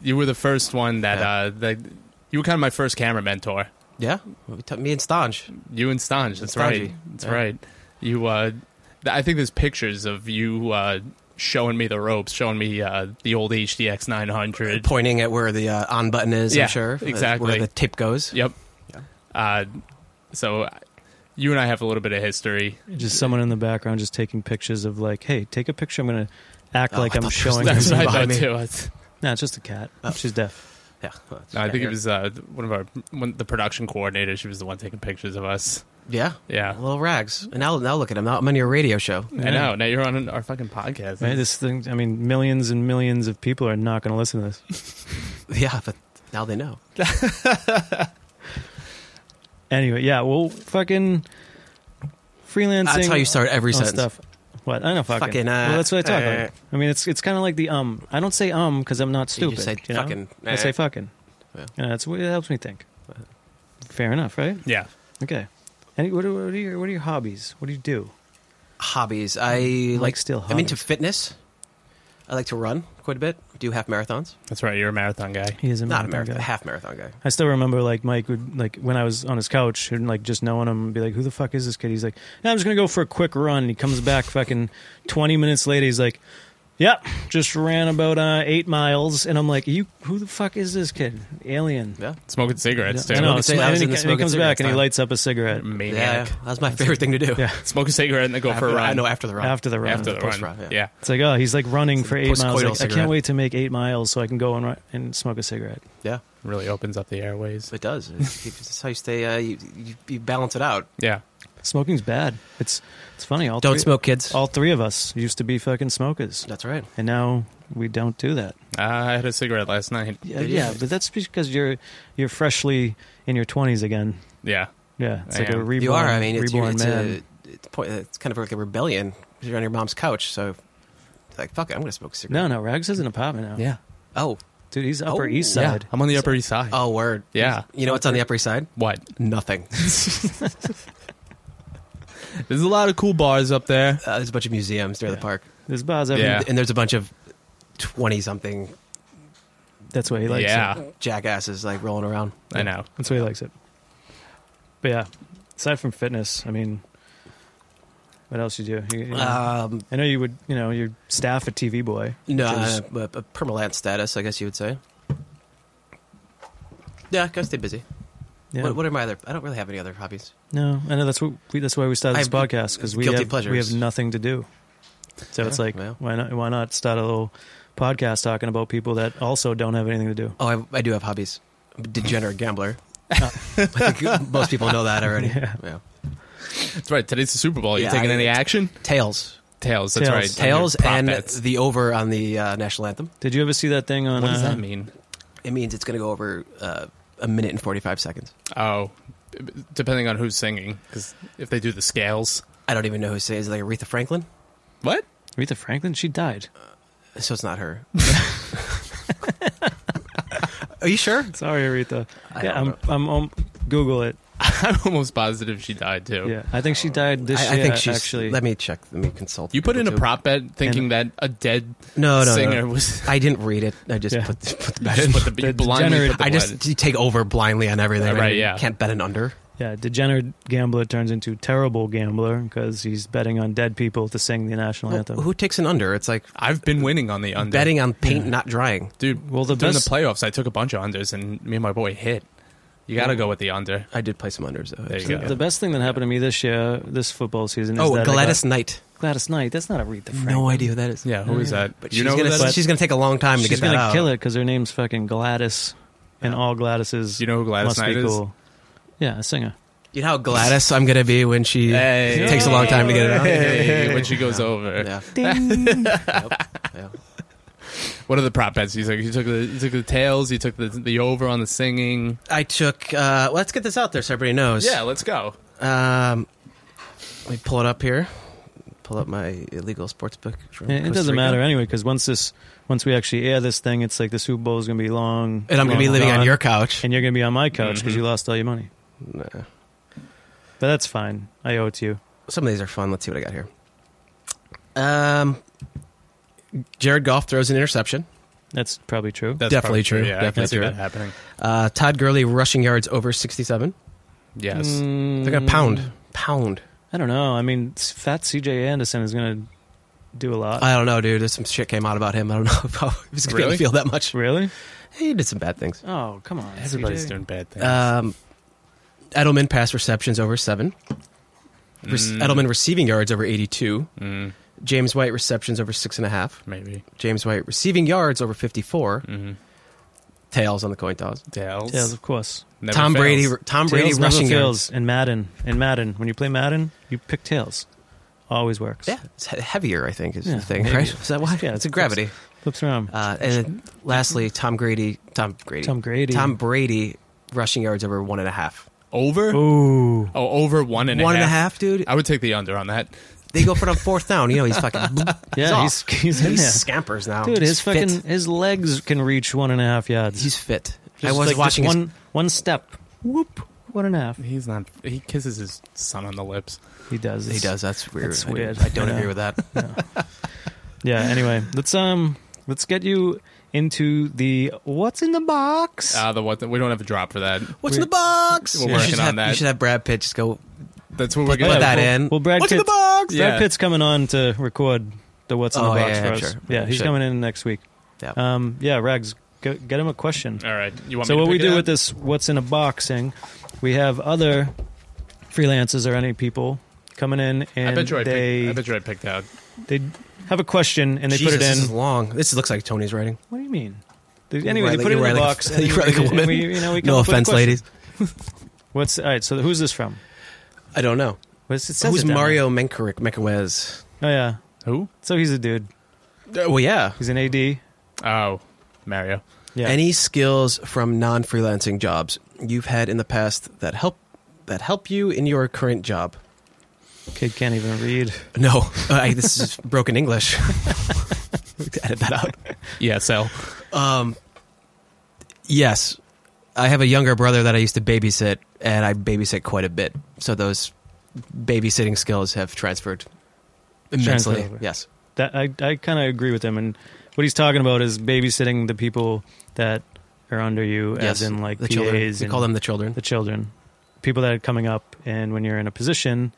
Speaker 2: You were the first one that
Speaker 3: Yeah.
Speaker 2: uh that you were kind of my first camera mentor.
Speaker 3: Yeah, we took me and Stange.
Speaker 2: You and Stange, that's
Speaker 3: Stange,
Speaker 2: right. That's
Speaker 3: yeah.
Speaker 2: right. You uh th- I think there's pictures of you uh showing me the ropes, showing me uh the old HDX 900.
Speaker 3: pointing at where the uh, on button is.
Speaker 2: Yeah,
Speaker 3: I'm sure uh,
Speaker 2: exactly.
Speaker 3: where the tip goes.
Speaker 2: Yep.
Speaker 3: Yeah.
Speaker 2: Uh so you and I have a little bit of history.
Speaker 1: just someone in the background just taking pictures of like, hey, take a picture. I'm gonna act
Speaker 3: Oh,
Speaker 1: like
Speaker 3: I
Speaker 1: I'm
Speaker 3: thought there was *laughs* Oh.
Speaker 1: showing. Her.
Speaker 3: that.
Speaker 2: That's what I
Speaker 3: behind
Speaker 2: thought
Speaker 3: me.
Speaker 2: too. That's-
Speaker 1: No, it's just a cat. She's deaf.
Speaker 3: Yeah. well, it's-
Speaker 2: No, I
Speaker 3: yeah,
Speaker 2: think it
Speaker 3: you're-
Speaker 2: was uh, one of our one, the production coordinator. She was the one taking pictures of us.
Speaker 3: Yeah.
Speaker 2: Yeah,
Speaker 3: Little rags. And now, now look at him. Now I'm on your radio show. *laughs*
Speaker 2: I know. Now you're on an- our fucking podcast.
Speaker 1: Right? This thing, I mean, millions and millions of people are not going to listen to this.
Speaker 3: Yeah, but now they know.
Speaker 1: Anyway, yeah, well, fucking freelancing.
Speaker 3: That's how you start every
Speaker 1: all that
Speaker 3: sentence.
Speaker 1: Stuff. What? I know fucking.
Speaker 3: Fucking, uh,
Speaker 1: well, that's what I talk
Speaker 3: uh,
Speaker 1: about. I mean, it's it's kind of like the um. I don't say um because I'm not
Speaker 3: You
Speaker 1: stupid.
Speaker 3: just say
Speaker 1: you know?
Speaker 3: fucking.
Speaker 1: I say
Speaker 3: eh.
Speaker 1: fucking.
Speaker 3: Yeah.
Speaker 1: Yeah. that's it helps me think. Fair enough, right?
Speaker 2: Yeah,
Speaker 1: Okay. Any, what, are, what are your what are your hobbies? What do you do?
Speaker 3: hobbies. I
Speaker 1: Like
Speaker 3: like
Speaker 1: still
Speaker 3: I'm
Speaker 1: hobbies.
Speaker 3: into fitness. I like to run quite a bit. Do half marathons.
Speaker 2: that's right. You're a marathon guy.
Speaker 1: He is a
Speaker 3: Not a
Speaker 1: marathon
Speaker 3: marathon,
Speaker 1: guy.
Speaker 3: a half marathon guy.
Speaker 1: I still remember like Mike would like when I was on his couch and like just knowing him and be like, Who the fuck is this kid? He's like, yeah, I'm just gonna go for a quick run. He comes back fucking twenty minutes later, he's like, Yep, just ran about uh, eight miles and I'm like, You who the fuck is this kid? Alien.
Speaker 3: Yeah.
Speaker 2: Smoking cigarettes.
Speaker 1: I
Speaker 2: too.
Speaker 1: know,
Speaker 3: Smoking cigarettes. I
Speaker 1: and
Speaker 3: was
Speaker 1: he, and
Speaker 3: in the
Speaker 1: he
Speaker 3: smoking
Speaker 1: comes back
Speaker 3: cigarettes
Speaker 1: and he
Speaker 3: time.
Speaker 1: lights up a cigarette
Speaker 3: Yeah,
Speaker 2: maniac.
Speaker 3: yeah, that's my favorite thing to do.
Speaker 1: Yeah.
Speaker 2: Smoke a cigarette and then go
Speaker 3: After-
Speaker 2: for a run.
Speaker 3: I know uh, after the run.
Speaker 1: after the run.
Speaker 2: after the
Speaker 3: Post
Speaker 2: run.
Speaker 3: run, yeah.
Speaker 2: yeah.
Speaker 1: It's like, oh, he's like running
Speaker 3: It's a
Speaker 1: for eight miles.
Speaker 3: post-coital
Speaker 1: Like, I
Speaker 3: cigarette.
Speaker 1: can't wait to make eight miles so I can go and, run, and smoke a cigarette.
Speaker 3: yeah,
Speaker 2: really opens up the airways.
Speaker 3: it does. It's, it's how you stay. Uh, you, you, you balance it out.
Speaker 2: Yeah,
Speaker 1: Smoking's bad. It's it's funny. All
Speaker 3: Don't
Speaker 1: three,
Speaker 3: smoke, kids.
Speaker 1: All three of us used to be fucking smokers,
Speaker 3: that's right.
Speaker 1: and now we don't do that.
Speaker 2: I had a cigarette last night.
Speaker 1: Yeah,
Speaker 3: Did
Speaker 1: yeah,
Speaker 3: you?
Speaker 1: but that's because you're you're freshly in your twenties again.
Speaker 2: Yeah,
Speaker 1: Yeah, it's
Speaker 2: I
Speaker 1: like a
Speaker 2: am.
Speaker 1: reborn.
Speaker 3: you are. I mean, it's, your-
Speaker 1: reborn
Speaker 3: it's,
Speaker 1: man.
Speaker 3: a, it's, point, it's kind of like a rebellion. 'cause You're on your mom's couch, so like, fuck it, I'm gonna smoke a cigarette.
Speaker 1: no, no, Rags has an apartment now.
Speaker 2: yeah.
Speaker 3: Oh,
Speaker 1: dude, he's Upper
Speaker 3: Oh,
Speaker 1: East
Speaker 3: yeah.
Speaker 1: Side.
Speaker 2: I'm on the Upper East Side.
Speaker 3: oh, word.
Speaker 2: Yeah.
Speaker 3: You know what's on the Upper East Side?
Speaker 2: What?
Speaker 3: Nothing.
Speaker 2: There's a lot of cool bars up there.
Speaker 3: Uh, there's a bunch of museums near the
Speaker 1: Yeah.
Speaker 3: park,
Speaker 1: There's bars every.
Speaker 2: Yeah.
Speaker 3: and there's a bunch of twenty-something
Speaker 1: That's why he likes
Speaker 2: yeah,
Speaker 1: it.
Speaker 3: jackasses like rolling around.
Speaker 2: I know.
Speaker 1: That's why he likes it. But yeah, aside from fitness, I mean, what else you do? You- you know,
Speaker 3: Um,
Speaker 1: I know you would. You know, you staff at TV Boy.
Speaker 3: No,
Speaker 1: which is-
Speaker 3: uh, a, a permalance status, I guess you would say. Yeah, gotta stay busy.
Speaker 1: yeah.
Speaker 3: What, what are my other? I don't really have any other hobbies.
Speaker 1: No, I know that's what we, that's why we started this
Speaker 3: I've-
Speaker 1: podcast because we
Speaker 3: guilty
Speaker 1: have we
Speaker 3: pleasures.
Speaker 1: have nothing to do. So it's
Speaker 3: Yeah,
Speaker 1: like
Speaker 3: yeah.
Speaker 1: why not why not start a little podcast talking about people that also don't have anything to do.
Speaker 3: Oh, I, I do have hobbies. I'm a degenerate gambler. I think most people know that already. Yeah.
Speaker 2: That's right. Today's the Super Bowl. You
Speaker 3: Yeah,
Speaker 2: taking
Speaker 3: I-
Speaker 2: any action?
Speaker 3: Tails,
Speaker 2: Tails. That's
Speaker 1: Tails.
Speaker 2: right.
Speaker 3: tails,
Speaker 2: Prop
Speaker 3: and
Speaker 2: bets.
Speaker 3: the over on the uh, national anthem.
Speaker 1: Did you ever see that thing on?
Speaker 2: what does
Speaker 1: uh,
Speaker 2: that mean?
Speaker 3: It means it's going to go over uh, a minute and forty-five seconds.
Speaker 2: Oh, depending on who's singing, because if they do the scales,
Speaker 3: I don't even know who says like Aretha Franklin,
Speaker 2: what?
Speaker 1: Aretha Franklin, she died.
Speaker 3: so it's not
Speaker 2: *laughs*
Speaker 3: her. are you sure?
Speaker 1: Sorry, Aretha.
Speaker 3: I
Speaker 1: yeah,
Speaker 3: don't
Speaker 1: I'm, I'm um, Google it.
Speaker 2: *laughs* I'm almost positive she died too.
Speaker 1: Yeah, I think she died this
Speaker 3: I, I
Speaker 1: year.
Speaker 3: think she's.
Speaker 1: actually.
Speaker 3: Let me check. Let me consult.
Speaker 2: You put in a
Speaker 3: YouTube.
Speaker 2: prop bet thinking that a dead
Speaker 3: Oh, No, no, no. *laughs*
Speaker 2: singer was. *laughs*
Speaker 3: I didn't read it. I just
Speaker 1: Yeah.
Speaker 3: put, put the
Speaker 2: You
Speaker 3: bet
Speaker 2: just
Speaker 3: in.
Speaker 2: put the, you
Speaker 1: The
Speaker 2: blindly
Speaker 1: degenerate-
Speaker 2: put the
Speaker 3: I
Speaker 2: blood.
Speaker 3: just take over blindly on everything.
Speaker 2: Right,
Speaker 3: I
Speaker 2: yeah.
Speaker 3: Can't bet an under.
Speaker 1: yeah, degenerate gambler turns into terrible gambler because he's betting on dead people to sing the national
Speaker 3: Well,
Speaker 1: anthem.
Speaker 3: who takes an under? It's like
Speaker 2: I've been winning on the under.
Speaker 3: betting on paint not drying.
Speaker 2: dude.
Speaker 1: Well, the
Speaker 2: during
Speaker 1: best-
Speaker 2: the playoffs, I took a bunch of unders, and me and my boy hit. You got to go with the under.
Speaker 3: I did play some unders though.
Speaker 2: There you
Speaker 1: the,
Speaker 3: actually.
Speaker 2: go.
Speaker 1: the best thing that happened to me this year, this football season, is
Speaker 3: Oh,
Speaker 1: that I got-
Speaker 3: Gladys Knight.
Speaker 1: Gladys Knight. That's not Aretha Franklin.
Speaker 3: No idea who that is.
Speaker 2: Yeah, who is that?
Speaker 3: But
Speaker 2: you
Speaker 3: she's
Speaker 2: know who
Speaker 3: gonna
Speaker 2: that is?
Speaker 3: she's gonna take a long time to
Speaker 1: She's
Speaker 3: get that
Speaker 1: gonna
Speaker 3: out.
Speaker 1: kill it because her name's fucking Gladys, and all Gladys's.
Speaker 2: You know who Gladys
Speaker 1: must
Speaker 2: Knight
Speaker 1: be
Speaker 2: is?
Speaker 1: cool. Yeah, a singer.
Speaker 3: You know how Gladys I'm gonna be when she
Speaker 2: Hey.
Speaker 3: takes a long time to get it out.
Speaker 2: Hey,
Speaker 3: *laughs*
Speaker 2: when she goes
Speaker 3: Yeah.
Speaker 2: over.
Speaker 3: Yeah.
Speaker 4: Ding.
Speaker 3: yeah.
Speaker 2: What are the prop bets? You took, you took the you took the tails. You took the the over on the singing.
Speaker 3: I took. Uh, let's get this out there so everybody knows.
Speaker 2: Yeah, let's go.
Speaker 3: Um, let me pull it up here. Pull up my illegal sports book. From
Speaker 1: It- It
Speaker 3: Costa
Speaker 1: doesn't
Speaker 3: Rica.
Speaker 1: matter anyway because once this, once we actually air this thing, it's like the Super Bowl is gonna be long,
Speaker 3: And I'm going to be
Speaker 1: long
Speaker 3: living on
Speaker 1: gone,
Speaker 3: your Mm-hmm. couch.
Speaker 1: and you're gonna be on my couch because
Speaker 2: Mhm.
Speaker 1: you lost all your money.
Speaker 3: Nah.
Speaker 1: But that's fine. I owe it to you.
Speaker 3: Some of these are fun. Let's see what I got here. Um, Jared Goff throws an interception.
Speaker 1: That's probably true.
Speaker 2: That's
Speaker 3: Definitely
Speaker 2: probably
Speaker 3: true.
Speaker 2: Yeah, I
Speaker 3: Definitely
Speaker 2: can see
Speaker 3: true.
Speaker 2: that happening.
Speaker 3: Uh, Todd Gurley rushing yards over 67.
Speaker 2: Yes.
Speaker 3: They're going to pound.
Speaker 1: Mm,
Speaker 3: Pound.
Speaker 1: I don't know. I mean, s- fat C.J. Anderson is gonna do a lot.
Speaker 3: I don't know, dude. There's some shit came out about him. I don't *laughs* know if I was going
Speaker 2: Really?
Speaker 3: to feel that much.
Speaker 1: really?
Speaker 3: He did some bad things.
Speaker 1: Oh, come on.
Speaker 2: Everybody's
Speaker 1: CJ.
Speaker 2: doing bad things.
Speaker 3: Um, Edelman pass receptions over seven. Re-
Speaker 2: Mm.
Speaker 3: Edelman receiving yards over 82.
Speaker 2: Mm,
Speaker 3: James White receptions over six and a half.
Speaker 2: maybe. Mm-hmm.
Speaker 3: James White receiving yards over 54.
Speaker 2: Mm.
Speaker 3: Tails on the coin toss.
Speaker 2: Tails.
Speaker 1: Tails, of course.
Speaker 2: Never
Speaker 3: Tom
Speaker 2: fails.
Speaker 3: Brady, Tom Brady
Speaker 1: tails
Speaker 3: rushing
Speaker 1: never
Speaker 3: yards.
Speaker 1: fails in Madden. In Madden, when you play Madden, you pick tails. Always works.
Speaker 3: Yeah, it's he- heavier. I think is
Speaker 1: Yeah,
Speaker 3: the thing,
Speaker 1: maybe.
Speaker 3: right? Is that why?
Speaker 1: Yeah, it's-
Speaker 3: it's a gravity.
Speaker 1: Flips around.
Speaker 3: Uh, and then lastly, Tom Grady, Tom Grady,
Speaker 1: Tom Grady.
Speaker 3: Tom Brady rushing yards over one and a half.
Speaker 2: Over?
Speaker 1: Ooh.
Speaker 2: Oh, over one and a half.
Speaker 3: One and a half, dude.
Speaker 2: I would take the under on that.
Speaker 3: They go for the fourth down. You know he's fucking.
Speaker 1: *laughs* Yeah, he's,
Speaker 3: he's, off.
Speaker 1: he's
Speaker 3: He
Speaker 1: in there.
Speaker 3: scampers now.
Speaker 1: Dude, his
Speaker 3: He's fit.
Speaker 1: fucking his legs can reach one and a half yards.
Speaker 3: He's fit.
Speaker 1: Just
Speaker 3: I was
Speaker 1: like
Speaker 3: watching.
Speaker 1: just
Speaker 3: his-
Speaker 1: one one step. Whoop. One and a half.
Speaker 2: He's not. He kisses his son on the lips.
Speaker 1: He does.
Speaker 3: *laughs* he does. That's weird.
Speaker 1: That's
Speaker 3: I do-
Speaker 1: weird.
Speaker 3: I, don't
Speaker 1: Yeah.
Speaker 3: agree with that.
Speaker 1: Yeah. Anyway, let's um let's get you into the what's in the box.
Speaker 3: Um,
Speaker 2: Uh, the what? We don't have a drop for that.
Speaker 3: What's in the box?
Speaker 2: We're
Speaker 3: you should
Speaker 2: working
Speaker 3: have,
Speaker 2: on that.
Speaker 3: You should have Brad Pitt just go
Speaker 2: That's what we're
Speaker 3: put
Speaker 2: gonna.
Speaker 3: that
Speaker 1: well-
Speaker 3: in.
Speaker 1: well, Brad
Speaker 3: What's in the
Speaker 1: Pitt-
Speaker 3: box?
Speaker 1: Brad
Speaker 2: yeah.
Speaker 1: Pitt's coming on to record the what's in the
Speaker 3: Oh,
Speaker 1: box
Speaker 3: yeah,
Speaker 1: for
Speaker 3: yeah,
Speaker 1: us.
Speaker 3: sure.
Speaker 1: Yeah, he's
Speaker 3: Should.
Speaker 1: coming in next week.
Speaker 3: Yeah.
Speaker 1: Um, yeah, Rags, go, get him a question.
Speaker 2: All right. You want
Speaker 1: So
Speaker 2: me to
Speaker 1: what we
Speaker 2: pick it
Speaker 1: do
Speaker 2: up?
Speaker 1: with this what's in a boxing, we have other freelancers or any people coming in and
Speaker 2: I bet you I
Speaker 1: they
Speaker 2: picked, I bet you I picked out.
Speaker 1: they have a question and they
Speaker 3: Jesus,
Speaker 1: put it
Speaker 3: This is
Speaker 1: in.
Speaker 3: long. This looks like Tony's writing.
Speaker 1: What do you mean? They- anyway,
Speaker 3: write
Speaker 1: they
Speaker 3: like-
Speaker 1: put it
Speaker 3: you
Speaker 1: in
Speaker 3: write
Speaker 1: the
Speaker 3: like a- *laughs*
Speaker 1: box. and
Speaker 3: you write like a
Speaker 1: we-
Speaker 3: woman.
Speaker 1: we- you know, we come
Speaker 3: No
Speaker 1: up with a
Speaker 3: offense,
Speaker 1: question.
Speaker 3: ladies.
Speaker 1: What's all right? So who's this from?
Speaker 3: I don't know.
Speaker 1: What's, it says
Speaker 3: Who's
Speaker 1: it down
Speaker 3: Mario Menkarik Mekwez?
Speaker 1: there. Oh yeah.
Speaker 2: Who?
Speaker 1: So he's a dude.
Speaker 3: Uh, well, yeah.
Speaker 1: He's an AD.
Speaker 2: Oh, Mario.
Speaker 1: Yeah.
Speaker 3: Any skills from non-freelancing jobs you've had in the past that help that help you in your current job?
Speaker 1: Kid can't even read.
Speaker 3: No, uh, I, this is *laughs* broken English. Edit that out.
Speaker 2: Yeah, Sal.
Speaker 3: Um, yes, I have a younger brother that I used to babysit, and I babysit quite a bit. So those babysitting skills have transferred immensely.
Speaker 1: Transferred over.
Speaker 3: yes.
Speaker 1: That I I kind of agree with him. And what he's talking about is babysitting the people that are under you,
Speaker 3: yes,
Speaker 1: as in like
Speaker 3: the
Speaker 1: PAs
Speaker 3: children. We
Speaker 1: and
Speaker 3: call them the children.
Speaker 1: the children, people that are coming up. And when you're in a position,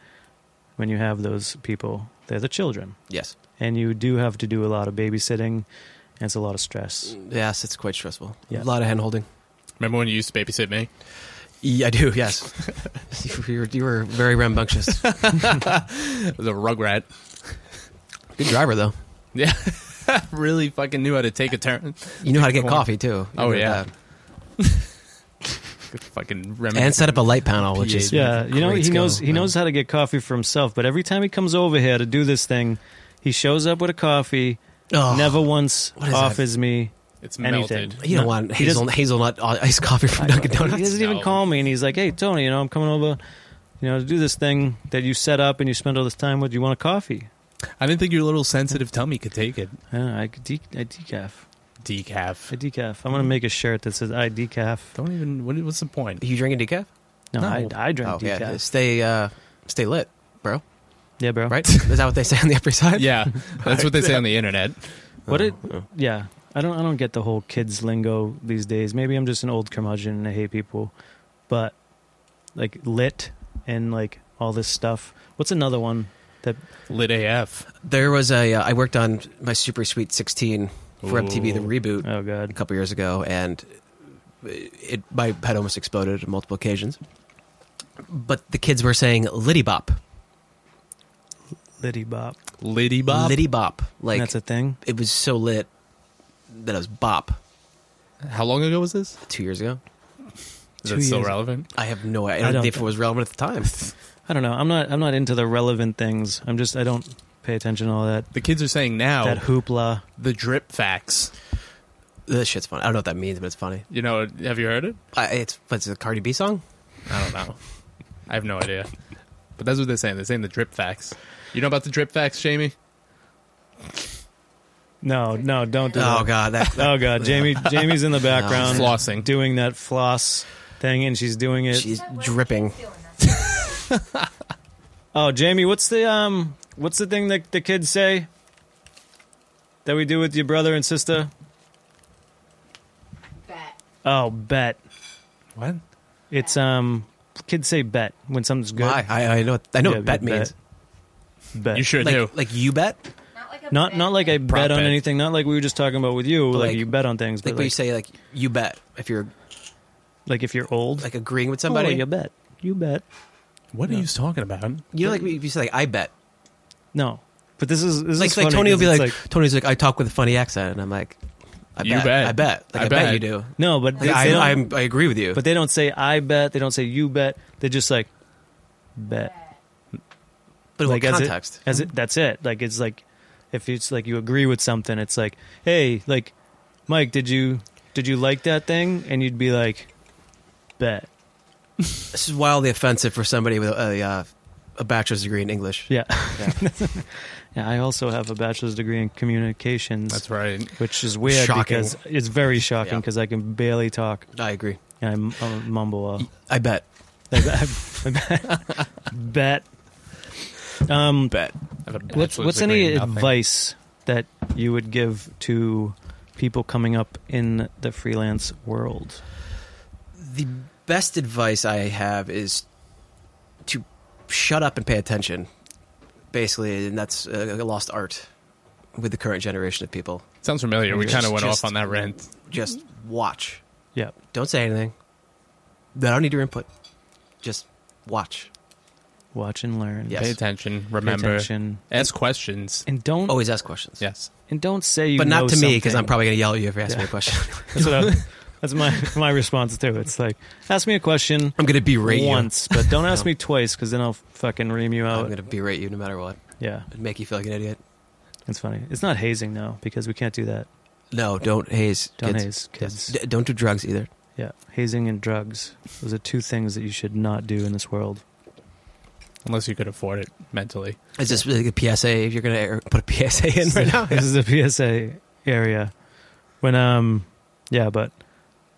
Speaker 1: when you have those people, they're the children,
Speaker 3: Yes,
Speaker 1: and you do have to do a lot of babysitting. And it's a lot of stress.
Speaker 3: yes, it's quite stressful.
Speaker 1: Yeah.
Speaker 3: A lot of hand holding.
Speaker 2: Remember when you used to babysit me?
Speaker 3: Yeah, I do.
Speaker 1: *laughs*
Speaker 3: Yes, you, were, you were very rambunctious.
Speaker 2: It was a rugrat.
Speaker 3: Good driver though.
Speaker 2: Yeah. really fucking knew how to take a turn.
Speaker 3: You knew how to get
Speaker 2: Come on.
Speaker 3: coffee too. You
Speaker 2: Oh,
Speaker 3: knew
Speaker 2: yeah.
Speaker 3: that.
Speaker 2: Good fucking remedy.
Speaker 3: and set up a light panel, which
Speaker 2: PA.
Speaker 3: is Oh.
Speaker 1: Yeah, you know
Speaker 3: great
Speaker 1: he knows
Speaker 3: skill.
Speaker 1: he knows how to get coffee for himself. But every time he comes over here to do this thing, he shows up with a coffee.
Speaker 3: Oh,
Speaker 1: never once
Speaker 3: what is that?
Speaker 1: offers me.
Speaker 2: It's
Speaker 1: anything.
Speaker 2: melted.
Speaker 3: You don't
Speaker 1: No,
Speaker 3: want
Speaker 1: he
Speaker 3: hazelnut, hazelnut uh, iced coffee from Dunkin'
Speaker 1: He
Speaker 3: Donuts.
Speaker 1: doesn't even
Speaker 2: No.
Speaker 1: call me, and he's like, "Hey Tony, you know I'm coming over, you know to do this thing that you set up and you spend all this time with. You want a coffee?
Speaker 2: I didn't think your little sensitive tummy could take it.
Speaker 1: I, don't know, I, could de- I decaf.
Speaker 2: Decaf.
Speaker 1: I decaf. I'm gonna make a shirt that says I decaf.
Speaker 2: Don't even. What, what's the point?
Speaker 3: You drinking decaf?
Speaker 1: No,
Speaker 2: No.
Speaker 1: I I drink
Speaker 3: Oh,
Speaker 1: decaf. Oh. Yeah,
Speaker 3: yeah. Stay, uh, stay lit, bro.
Speaker 1: bro.
Speaker 3: Right? is that what they say on the Upper Side?
Speaker 2: *laughs* Yeah, *laughs* that's what they say on the internet.
Speaker 1: What it?
Speaker 3: Oh.
Speaker 1: Yeah. I don't I don't get the whole kids lingo these days. Maybe I'm just an old curmudgeon and I hate people, but like lit and like all this stuff. What's another one?
Speaker 2: Lit AF.
Speaker 3: There was a. Uh, I worked on my Super Sweet 16 for MTV the
Speaker 2: Ooh.
Speaker 3: reboot
Speaker 1: Oh
Speaker 3: a
Speaker 1: god.
Speaker 3: couple years ago, and it my head almost exploded on multiple occasions. But the kids were saying "Liddy Bop,"
Speaker 1: Liddy bop.
Speaker 2: Liddy Bob.
Speaker 3: "Liddy Bop," like
Speaker 1: That's a thing.
Speaker 3: it was so lit that it was bop
Speaker 2: How long ago was this?
Speaker 3: two years ago.
Speaker 2: Is
Speaker 1: Two
Speaker 2: it still
Speaker 1: years.
Speaker 2: relevant?
Speaker 3: I have no idea
Speaker 1: I don't-
Speaker 3: if it was relevant at the time.
Speaker 1: *laughs* I don't know. I'm not. I'm not into the relevant things. I'm just. I don't pay attention to all that.
Speaker 2: The kids are saying now
Speaker 1: That hoopla.
Speaker 2: the drip facts.
Speaker 3: this shit's funny. I don't know what that means, but it's funny.
Speaker 2: You know, have you heard it?
Speaker 3: I, it's what's it, a Cardi B song?
Speaker 2: I don't know. I have no idea. But that's what they're saying. They're saying the drip facts. You know about the drip facts, Jamie?
Speaker 1: No, no, don't do
Speaker 3: Oh
Speaker 1: that.
Speaker 3: god, *laughs* that
Speaker 1: Oh god, Jamie. Jamie's in the background
Speaker 2: Flossing.
Speaker 1: doing that floss thing, and she's doing it.
Speaker 3: she's dripping.
Speaker 1: oh, Jamie, what's the um, what's the thing that the kids say that we do with your brother and sister?
Speaker 5: Bet.
Speaker 1: Oh, bet.
Speaker 2: What?
Speaker 1: It's um, kids say bet when something's good.
Speaker 3: Why? I, I know. I know
Speaker 1: Yeah,
Speaker 3: what bet means.
Speaker 1: Bet.
Speaker 2: You sure
Speaker 3: Like
Speaker 2: do.
Speaker 3: like you bet.
Speaker 5: Not like a
Speaker 1: Not
Speaker 5: bet.
Speaker 1: not like I bet on
Speaker 2: bet.
Speaker 1: anything. Not like we were just talking about with you. Like,
Speaker 3: Like-
Speaker 1: you bet on things,
Speaker 3: Like
Speaker 1: but
Speaker 3: when you
Speaker 1: like,
Speaker 3: say like you bet if you're
Speaker 1: like if you're old,
Speaker 3: like agreeing with somebody.
Speaker 1: Oh, you
Speaker 3: you,
Speaker 1: bet. You bet.
Speaker 2: What are you talking about?
Speaker 3: know like if you say like I bet.
Speaker 1: No, but this is this
Speaker 3: Like
Speaker 1: is
Speaker 3: like
Speaker 1: funny
Speaker 3: Tony will
Speaker 1: 'cause
Speaker 3: be
Speaker 1: it's
Speaker 3: like, Tony's like I talk with a funny accent and I'm like I
Speaker 2: You
Speaker 3: bet.
Speaker 2: bet.
Speaker 3: I bet. Like,
Speaker 2: I
Speaker 3: I, bet.
Speaker 2: bet.
Speaker 3: you do.
Speaker 1: No, but they,
Speaker 3: I,
Speaker 1: they don't,
Speaker 3: I, I agree with you.
Speaker 1: but they don't say I bet. They don't say you bet. They just like bet.
Speaker 3: But
Speaker 1: like
Speaker 3: in
Speaker 1: as it-
Speaker 3: context,
Speaker 1: as it, that's it. Like it's like if it's like you agree with something, it's like hey, like Mike, did you did you like that thing? And you'd be like bet.
Speaker 3: this is wildly offensive for somebody with a, uh, a bachelor's degree in English.
Speaker 1: Yeah.
Speaker 3: Yeah.
Speaker 1: *laughs* Yeah, I also have a bachelor's degree in communications,
Speaker 2: That's right.
Speaker 1: which is weird
Speaker 3: Shocking.
Speaker 1: because it's very shocking
Speaker 3: Yeah.
Speaker 1: because I can barely talk
Speaker 3: I agree.
Speaker 1: and I m- I'll mumble. A,
Speaker 3: I bet.
Speaker 1: I bet.
Speaker 2: *laughs*
Speaker 1: bet. Um,
Speaker 3: Bet.
Speaker 2: I have a
Speaker 1: what's
Speaker 2: bachelor's
Speaker 1: what's
Speaker 2: degree
Speaker 1: any
Speaker 2: in nothing.
Speaker 1: advice that you would give to people coming up in the freelance world?
Speaker 3: The best advice I have is to shut up and pay attention, basically, and that's uh, a lost art with the current generation of people.
Speaker 2: Sounds familiar. We
Speaker 1: Just-
Speaker 2: kind of went
Speaker 3: just-
Speaker 2: off on that rant.
Speaker 3: Just watch.
Speaker 1: Yeah,
Speaker 3: Don't say anything. I don't need your input. Just watch.
Speaker 1: watch and learn.
Speaker 3: Yes.
Speaker 2: Pay
Speaker 1: Pay
Speaker 2: attention. Remember.
Speaker 1: attention.
Speaker 2: Ask questions.
Speaker 1: and don't
Speaker 3: Always ask questions.
Speaker 2: Yes.
Speaker 1: and don't say Mm. you.
Speaker 3: Oh. but not
Speaker 1: know
Speaker 3: to me because
Speaker 1: something.
Speaker 3: I'm probably going to yell at you if you ask
Speaker 1: Yeah.
Speaker 3: me a question. *laughs*
Speaker 1: That's what I, that's my my response too. It's like ask me a question
Speaker 3: I'm going to berate
Speaker 1: once, but don't ask
Speaker 3: No.
Speaker 1: me twice because then I'll fucking ream you
Speaker 3: you. I'm
Speaker 1: out.
Speaker 3: going to berate you no matter what
Speaker 1: Yeah,
Speaker 3: and make you feel like an idiot.
Speaker 1: it's funny. It's not hazing though because we can't do that.
Speaker 3: No, don't haze.
Speaker 1: Don't
Speaker 3: kids.
Speaker 1: haze kids.
Speaker 3: D- don't do drugs either.
Speaker 1: Yeah, hazing and drugs. Those are two things that you should not do in this
Speaker 3: *laughs*
Speaker 1: world.
Speaker 2: Unless you could afford it mentally.
Speaker 3: Is this really a PSA? If you're going to put a
Speaker 1: *laughs*
Speaker 3: PSA in right now,
Speaker 1: this is a PSA area. When um, yeah, but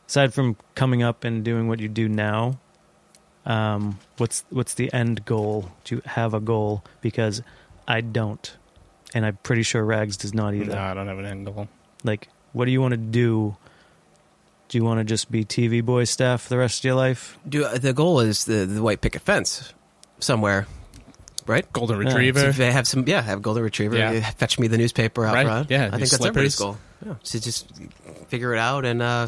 Speaker 1: aside from coming up and doing what you do now, um, what's what's the end goal? Do you have a goal? Because I don't, and I'm pretty sure Rags does not either.
Speaker 2: No, I don't have an end goal.
Speaker 1: Like, what do you want to do? Do you want to just be TV boy staff for the rest of your life?
Speaker 3: do the goal is the, the white picket fence somewhere.
Speaker 2: Golden
Speaker 1: Yeah.
Speaker 3: So
Speaker 2: retriever.
Speaker 3: if they have some, yeah, have a golden retriever.
Speaker 2: Yeah.
Speaker 3: Fetch me the newspaper out
Speaker 2: Right.
Speaker 3: front.
Speaker 2: Yeah,
Speaker 3: I think
Speaker 2: these
Speaker 3: that's everybody's
Speaker 2: slippers.
Speaker 3: goal. Yeah, so just figure it out and uh,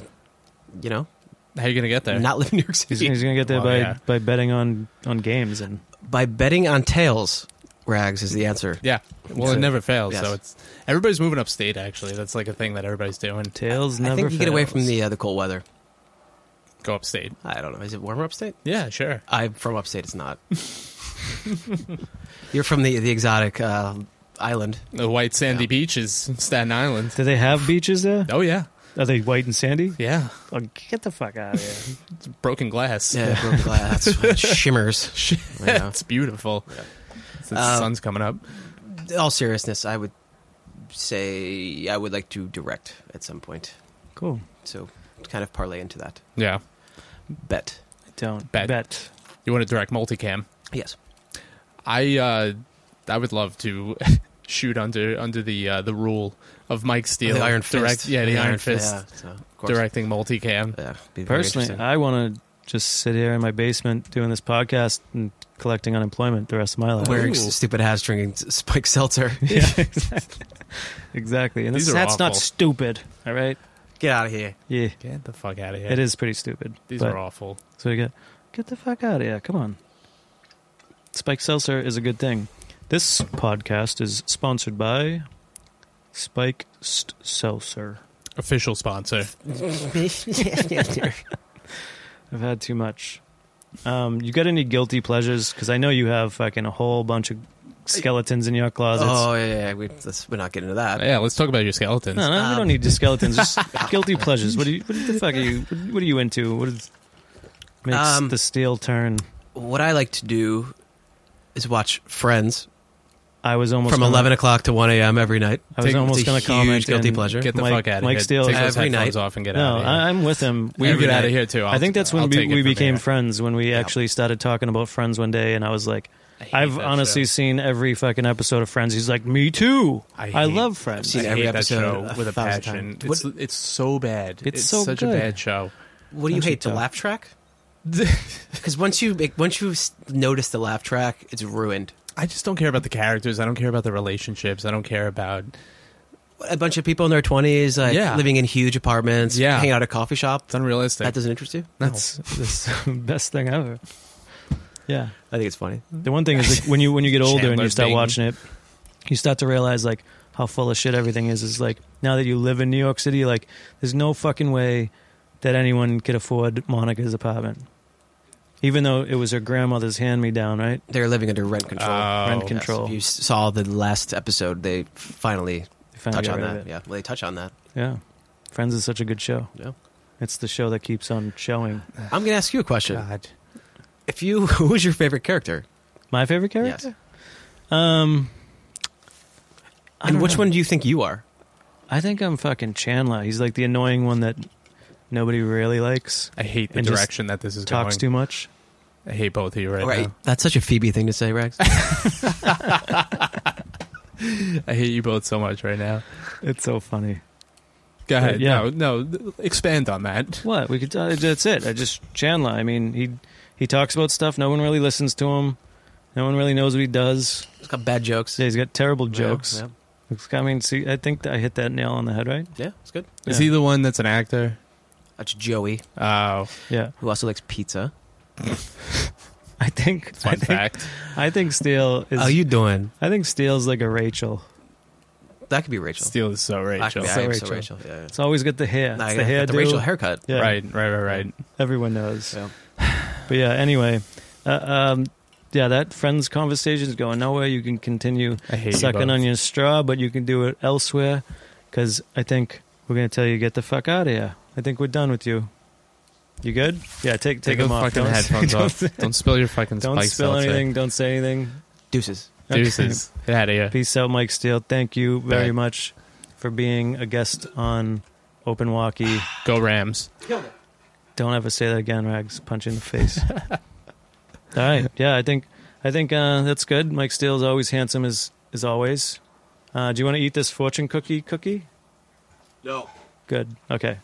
Speaker 3: you know,
Speaker 2: How you gonna get there?
Speaker 3: not live in New York
Speaker 1: He's,
Speaker 3: City
Speaker 1: he's gonna get there
Speaker 2: Well,
Speaker 1: by,
Speaker 2: yeah.
Speaker 1: by betting on, on games and
Speaker 3: by betting on tails. Rags is the answer.
Speaker 2: yeah. Well,
Speaker 1: That's
Speaker 2: it
Speaker 1: it.
Speaker 2: never fails.
Speaker 3: Yes.
Speaker 2: So it's everybody's moving upstate. Actually, that's like a thing that everybody's doing.
Speaker 1: tails never.
Speaker 3: I think you get away
Speaker 1: fails.
Speaker 3: from the uh, the cold weather.
Speaker 2: Go upstate.
Speaker 3: I don't know. Is it warmer upstate?
Speaker 2: Yeah, sure.
Speaker 3: I'm from upstate.
Speaker 1: *laughs*
Speaker 3: It's not. You're from the the exotic uh, island.
Speaker 2: The white sandy beach is Staten Island.
Speaker 1: Do they have beaches there?
Speaker 2: Oh yeah,
Speaker 1: Are they white and sandy?
Speaker 2: yeah.
Speaker 1: Oh, get the fuck out of
Speaker 3: *laughs*
Speaker 1: here!
Speaker 2: It's broken glass. *laughs*
Speaker 3: Yeah, *laughs* broken glass
Speaker 1: *laughs*
Speaker 3: it shimmers. Yeah.
Speaker 2: it's beautiful.
Speaker 3: Yeah.
Speaker 2: Since the
Speaker 3: Uh,
Speaker 2: sun's coming up.
Speaker 3: In all seriousness, I would say I would like to direct at some point.
Speaker 1: Cool.
Speaker 3: So to kind of parlay into that.
Speaker 2: Yeah.
Speaker 3: Bet.
Speaker 1: I don't
Speaker 2: Bet.
Speaker 1: bet.
Speaker 2: You want to direct multicam?
Speaker 3: Yes.
Speaker 2: I uh, I would love to *laughs* shoot under under the uh, the rule of Mike Steele.
Speaker 3: the Iron Fist.
Speaker 2: Direct- yeah, the, Iron, Fist
Speaker 3: Yeah, so, of course.
Speaker 2: directing multicam.
Speaker 3: Yeah, be very
Speaker 1: Personally,
Speaker 3: interesting.
Speaker 1: I want to just sit here in my basement doing this podcast and collecting unemployment the rest of my life. *laughs*
Speaker 3: wearing
Speaker 2: Ooh.
Speaker 3: stupid hats, drinking spike seltzer. *laughs*
Speaker 1: Yeah, exactly. exactly. And
Speaker 2: These
Speaker 1: this,
Speaker 2: are
Speaker 1: that's not
Speaker 2: awful.
Speaker 1: stupid. All right.
Speaker 3: Get out of here.
Speaker 1: Yeah,
Speaker 2: Get the fuck out of here.
Speaker 1: it is pretty stupid.
Speaker 2: These
Speaker 1: but-
Speaker 2: are awful.
Speaker 1: So you get get the fuck out of here. Come on. Spike Seltzer is a good thing. This podcast is sponsored by Spike St- Seltzer.
Speaker 2: Official sponsor.
Speaker 4: *laughs*
Speaker 1: I've had too much. Um, you got any guilty pleasures? Because I know you have fucking a whole bunch of skeletons in your closets.
Speaker 3: oh yeah, yeah, we, let's, we're not getting into that.
Speaker 2: Uh, Yeah, let's talk about your skeletons.
Speaker 1: no, no, we
Speaker 3: um,
Speaker 1: don't need the skeletons.
Speaker 3: *laughs*
Speaker 1: Just guilty pleasures. What do you? What the fuck are you? What are you into? What is, makes
Speaker 3: Um,
Speaker 1: the steel turn?
Speaker 3: What I like to do is watch Friends
Speaker 1: I was almost
Speaker 3: from
Speaker 1: gonna-
Speaker 3: eleven o'clock to one a.m. every night.
Speaker 1: I was
Speaker 2: It's a
Speaker 1: almost going
Speaker 3: huge
Speaker 1: to comment.
Speaker 3: guilty
Speaker 1: and-
Speaker 3: pleasure.
Speaker 2: Get the
Speaker 1: Mike-
Speaker 2: fuck out of
Speaker 1: Mike
Speaker 2: here.
Speaker 1: Steele-
Speaker 2: Take those
Speaker 3: Every
Speaker 2: headphones
Speaker 3: night.
Speaker 2: off and get
Speaker 1: no,
Speaker 2: out of here.
Speaker 1: I, I'm with him.
Speaker 2: we
Speaker 3: every
Speaker 2: get out
Speaker 3: night.
Speaker 2: of here too. I'll,
Speaker 1: I think that's when
Speaker 2: I'll
Speaker 1: we,
Speaker 2: take it
Speaker 1: we
Speaker 2: from
Speaker 1: became
Speaker 2: here.
Speaker 1: friends when we
Speaker 3: Yeah.
Speaker 1: actually started talking about Friends one day, and I was like,
Speaker 2: I hate
Speaker 1: I've
Speaker 2: that
Speaker 1: honestly
Speaker 2: show.
Speaker 1: seen every fucking episode of Friends. He's like, me too.
Speaker 2: I
Speaker 1: I,
Speaker 2: hate- *laughs*
Speaker 1: love
Speaker 3: I've
Speaker 1: Friends.
Speaker 3: seen
Speaker 2: I
Speaker 3: every
Speaker 2: hate that
Speaker 3: episode
Speaker 2: show
Speaker 3: a
Speaker 2: with a
Speaker 3: thousand
Speaker 2: passion.
Speaker 3: times.
Speaker 2: It's, it's so bad.
Speaker 1: It's so
Speaker 2: such a
Speaker 1: good.
Speaker 2: bad show.
Speaker 3: What do you
Speaker 1: Don't you
Speaker 3: hate? The
Speaker 1: tell.
Speaker 3: laugh track?
Speaker 1: *laughs*
Speaker 3: Because once you make- once you s- notice the laugh track, it's ruined.
Speaker 2: I just don't care about the characters. I don't care about the relationships. I don't care about
Speaker 3: A bunch of people in their twenties, like
Speaker 2: Yeah.
Speaker 3: living in huge apartments,
Speaker 2: Yeah.
Speaker 3: hanging out at a coffee shop.
Speaker 2: It's unrealistic.
Speaker 3: That doesn't interest you?
Speaker 2: No.
Speaker 1: That's, that's the best thing ever. Yeah.
Speaker 3: I think it's funny.
Speaker 1: The one thing is like, when you when you get older and
Speaker 2: Chandler
Speaker 1: you start
Speaker 2: Bing.
Speaker 1: watching it, you start to realize like, how full of shit everything is is like now that you live in New York City, like there's no fucking way that anyone could afford Monica's apartment. Even though it was her grandmother's hand me down, right?
Speaker 3: They're living under rent control.
Speaker 2: Oh.
Speaker 1: Rent
Speaker 2: Yes,
Speaker 1: control.
Speaker 3: If you s- saw the last episode, they finally
Speaker 1: They finally
Speaker 3: touch
Speaker 1: got
Speaker 3: on
Speaker 1: rid of it.
Speaker 3: that. Yeah, well, they touch
Speaker 1: *sighs*
Speaker 3: on that.
Speaker 1: Yeah. Friends is such a good show.
Speaker 3: Yeah.
Speaker 1: It's the show that keeps on showing.
Speaker 3: I'm gonna ask you a question.
Speaker 2: God.
Speaker 3: If you, *laughs* who was your favorite character?
Speaker 1: My favorite character? Um I
Speaker 3: And
Speaker 1: don't
Speaker 3: which
Speaker 1: know.
Speaker 3: one do you think you are?
Speaker 1: I think I'm fucking Chandler. He's like the annoying one that nobody really likes.
Speaker 2: I hate the
Speaker 1: And just
Speaker 2: direction that this is
Speaker 1: Talks too
Speaker 2: going.
Speaker 1: much.
Speaker 2: I hate both of you right,
Speaker 3: Right. That's such a Phoebe thing to
Speaker 1: *laughs*
Speaker 3: say, Rex.
Speaker 2: now. I hate you both so much right now.
Speaker 1: It's so funny.
Speaker 2: Go ahead.
Speaker 1: yeah.
Speaker 2: No, no, th- expand on that.
Speaker 1: What we could? Uh, that's it. I just Chandler. I mean, he he talks about stuff. No one really listens to him. No one really knows what he does.
Speaker 3: it's got bad jokes.
Speaker 1: Yeah, he's got terrible
Speaker 3: Yeah,
Speaker 1: jokes.
Speaker 3: Yeah,
Speaker 1: It's- I mean, see, I think that I hit that nail on the head, right?
Speaker 3: yeah, it's good.
Speaker 2: Is
Speaker 1: Yeah.
Speaker 2: he the one that's an actor?
Speaker 3: That's Joey,
Speaker 2: Oh,
Speaker 1: Yeah,
Speaker 3: who also likes pizza.
Speaker 1: I think. *laughs* I
Speaker 2: fun
Speaker 1: think,
Speaker 2: fact.
Speaker 1: I think Steele is.
Speaker 3: How you doing?
Speaker 1: I think Steele's like a Rachel.
Speaker 3: That could be Rachel.
Speaker 2: Steele is so
Speaker 3: That could
Speaker 2: Rachel.
Speaker 3: be-
Speaker 1: So
Speaker 3: I am so
Speaker 1: Rachel.
Speaker 3: Rachel. Yeah, yeah.
Speaker 1: It's always got the hair.
Speaker 3: Nah,
Speaker 1: It's
Speaker 3: I
Speaker 1: the
Speaker 3: got
Speaker 1: hair.
Speaker 3: the Rachel haircut.
Speaker 1: Yeah,
Speaker 2: Right, right, right, right.
Speaker 1: Everyone knows.
Speaker 3: Yeah.
Speaker 1: *sighs* But yeah. Anyway, uh, um, yeah, that friends conversation's going nowhere. You can continue
Speaker 2: I hate you
Speaker 1: sucking
Speaker 2: both.
Speaker 1: on your straw, but you can do it elsewhere because I think we're going to tell you get the fuck out of here. I think we're done with you. You good? Yeah, take
Speaker 2: Take
Speaker 1: take, 'em
Speaker 2: those
Speaker 1: off.
Speaker 2: fucking
Speaker 1: Don't- *laughs*
Speaker 2: headphones
Speaker 1: don't,
Speaker 2: off. Don't spill your fucking
Speaker 1: Don't
Speaker 2: spikes
Speaker 1: spill
Speaker 2: outside.
Speaker 1: anything. Don't say anything.
Speaker 3: Deuces.
Speaker 1: Okay.
Speaker 2: Deuces. Get out of here.
Speaker 1: Peace out, Mike Steele. Thank you very
Speaker 2: Right.
Speaker 1: much for being a guest on Open Walkie.
Speaker 2: Go Rams.
Speaker 1: Don't ever say that again, Rags. Punch you in the face. All right. Yeah, I think I think uh, that's good. Mike Steele's always handsome as as always. Uh, do you want to eat this fortune cookie cookie?
Speaker 3: No.
Speaker 1: Good. Okay.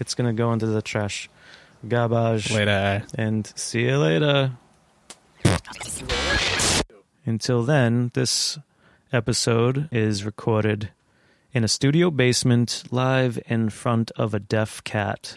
Speaker 1: It's gonna go into the trash. Garbage.
Speaker 2: Later.
Speaker 1: And see you later. Until then, this episode is recorded in a studio basement live in front of a deaf cat.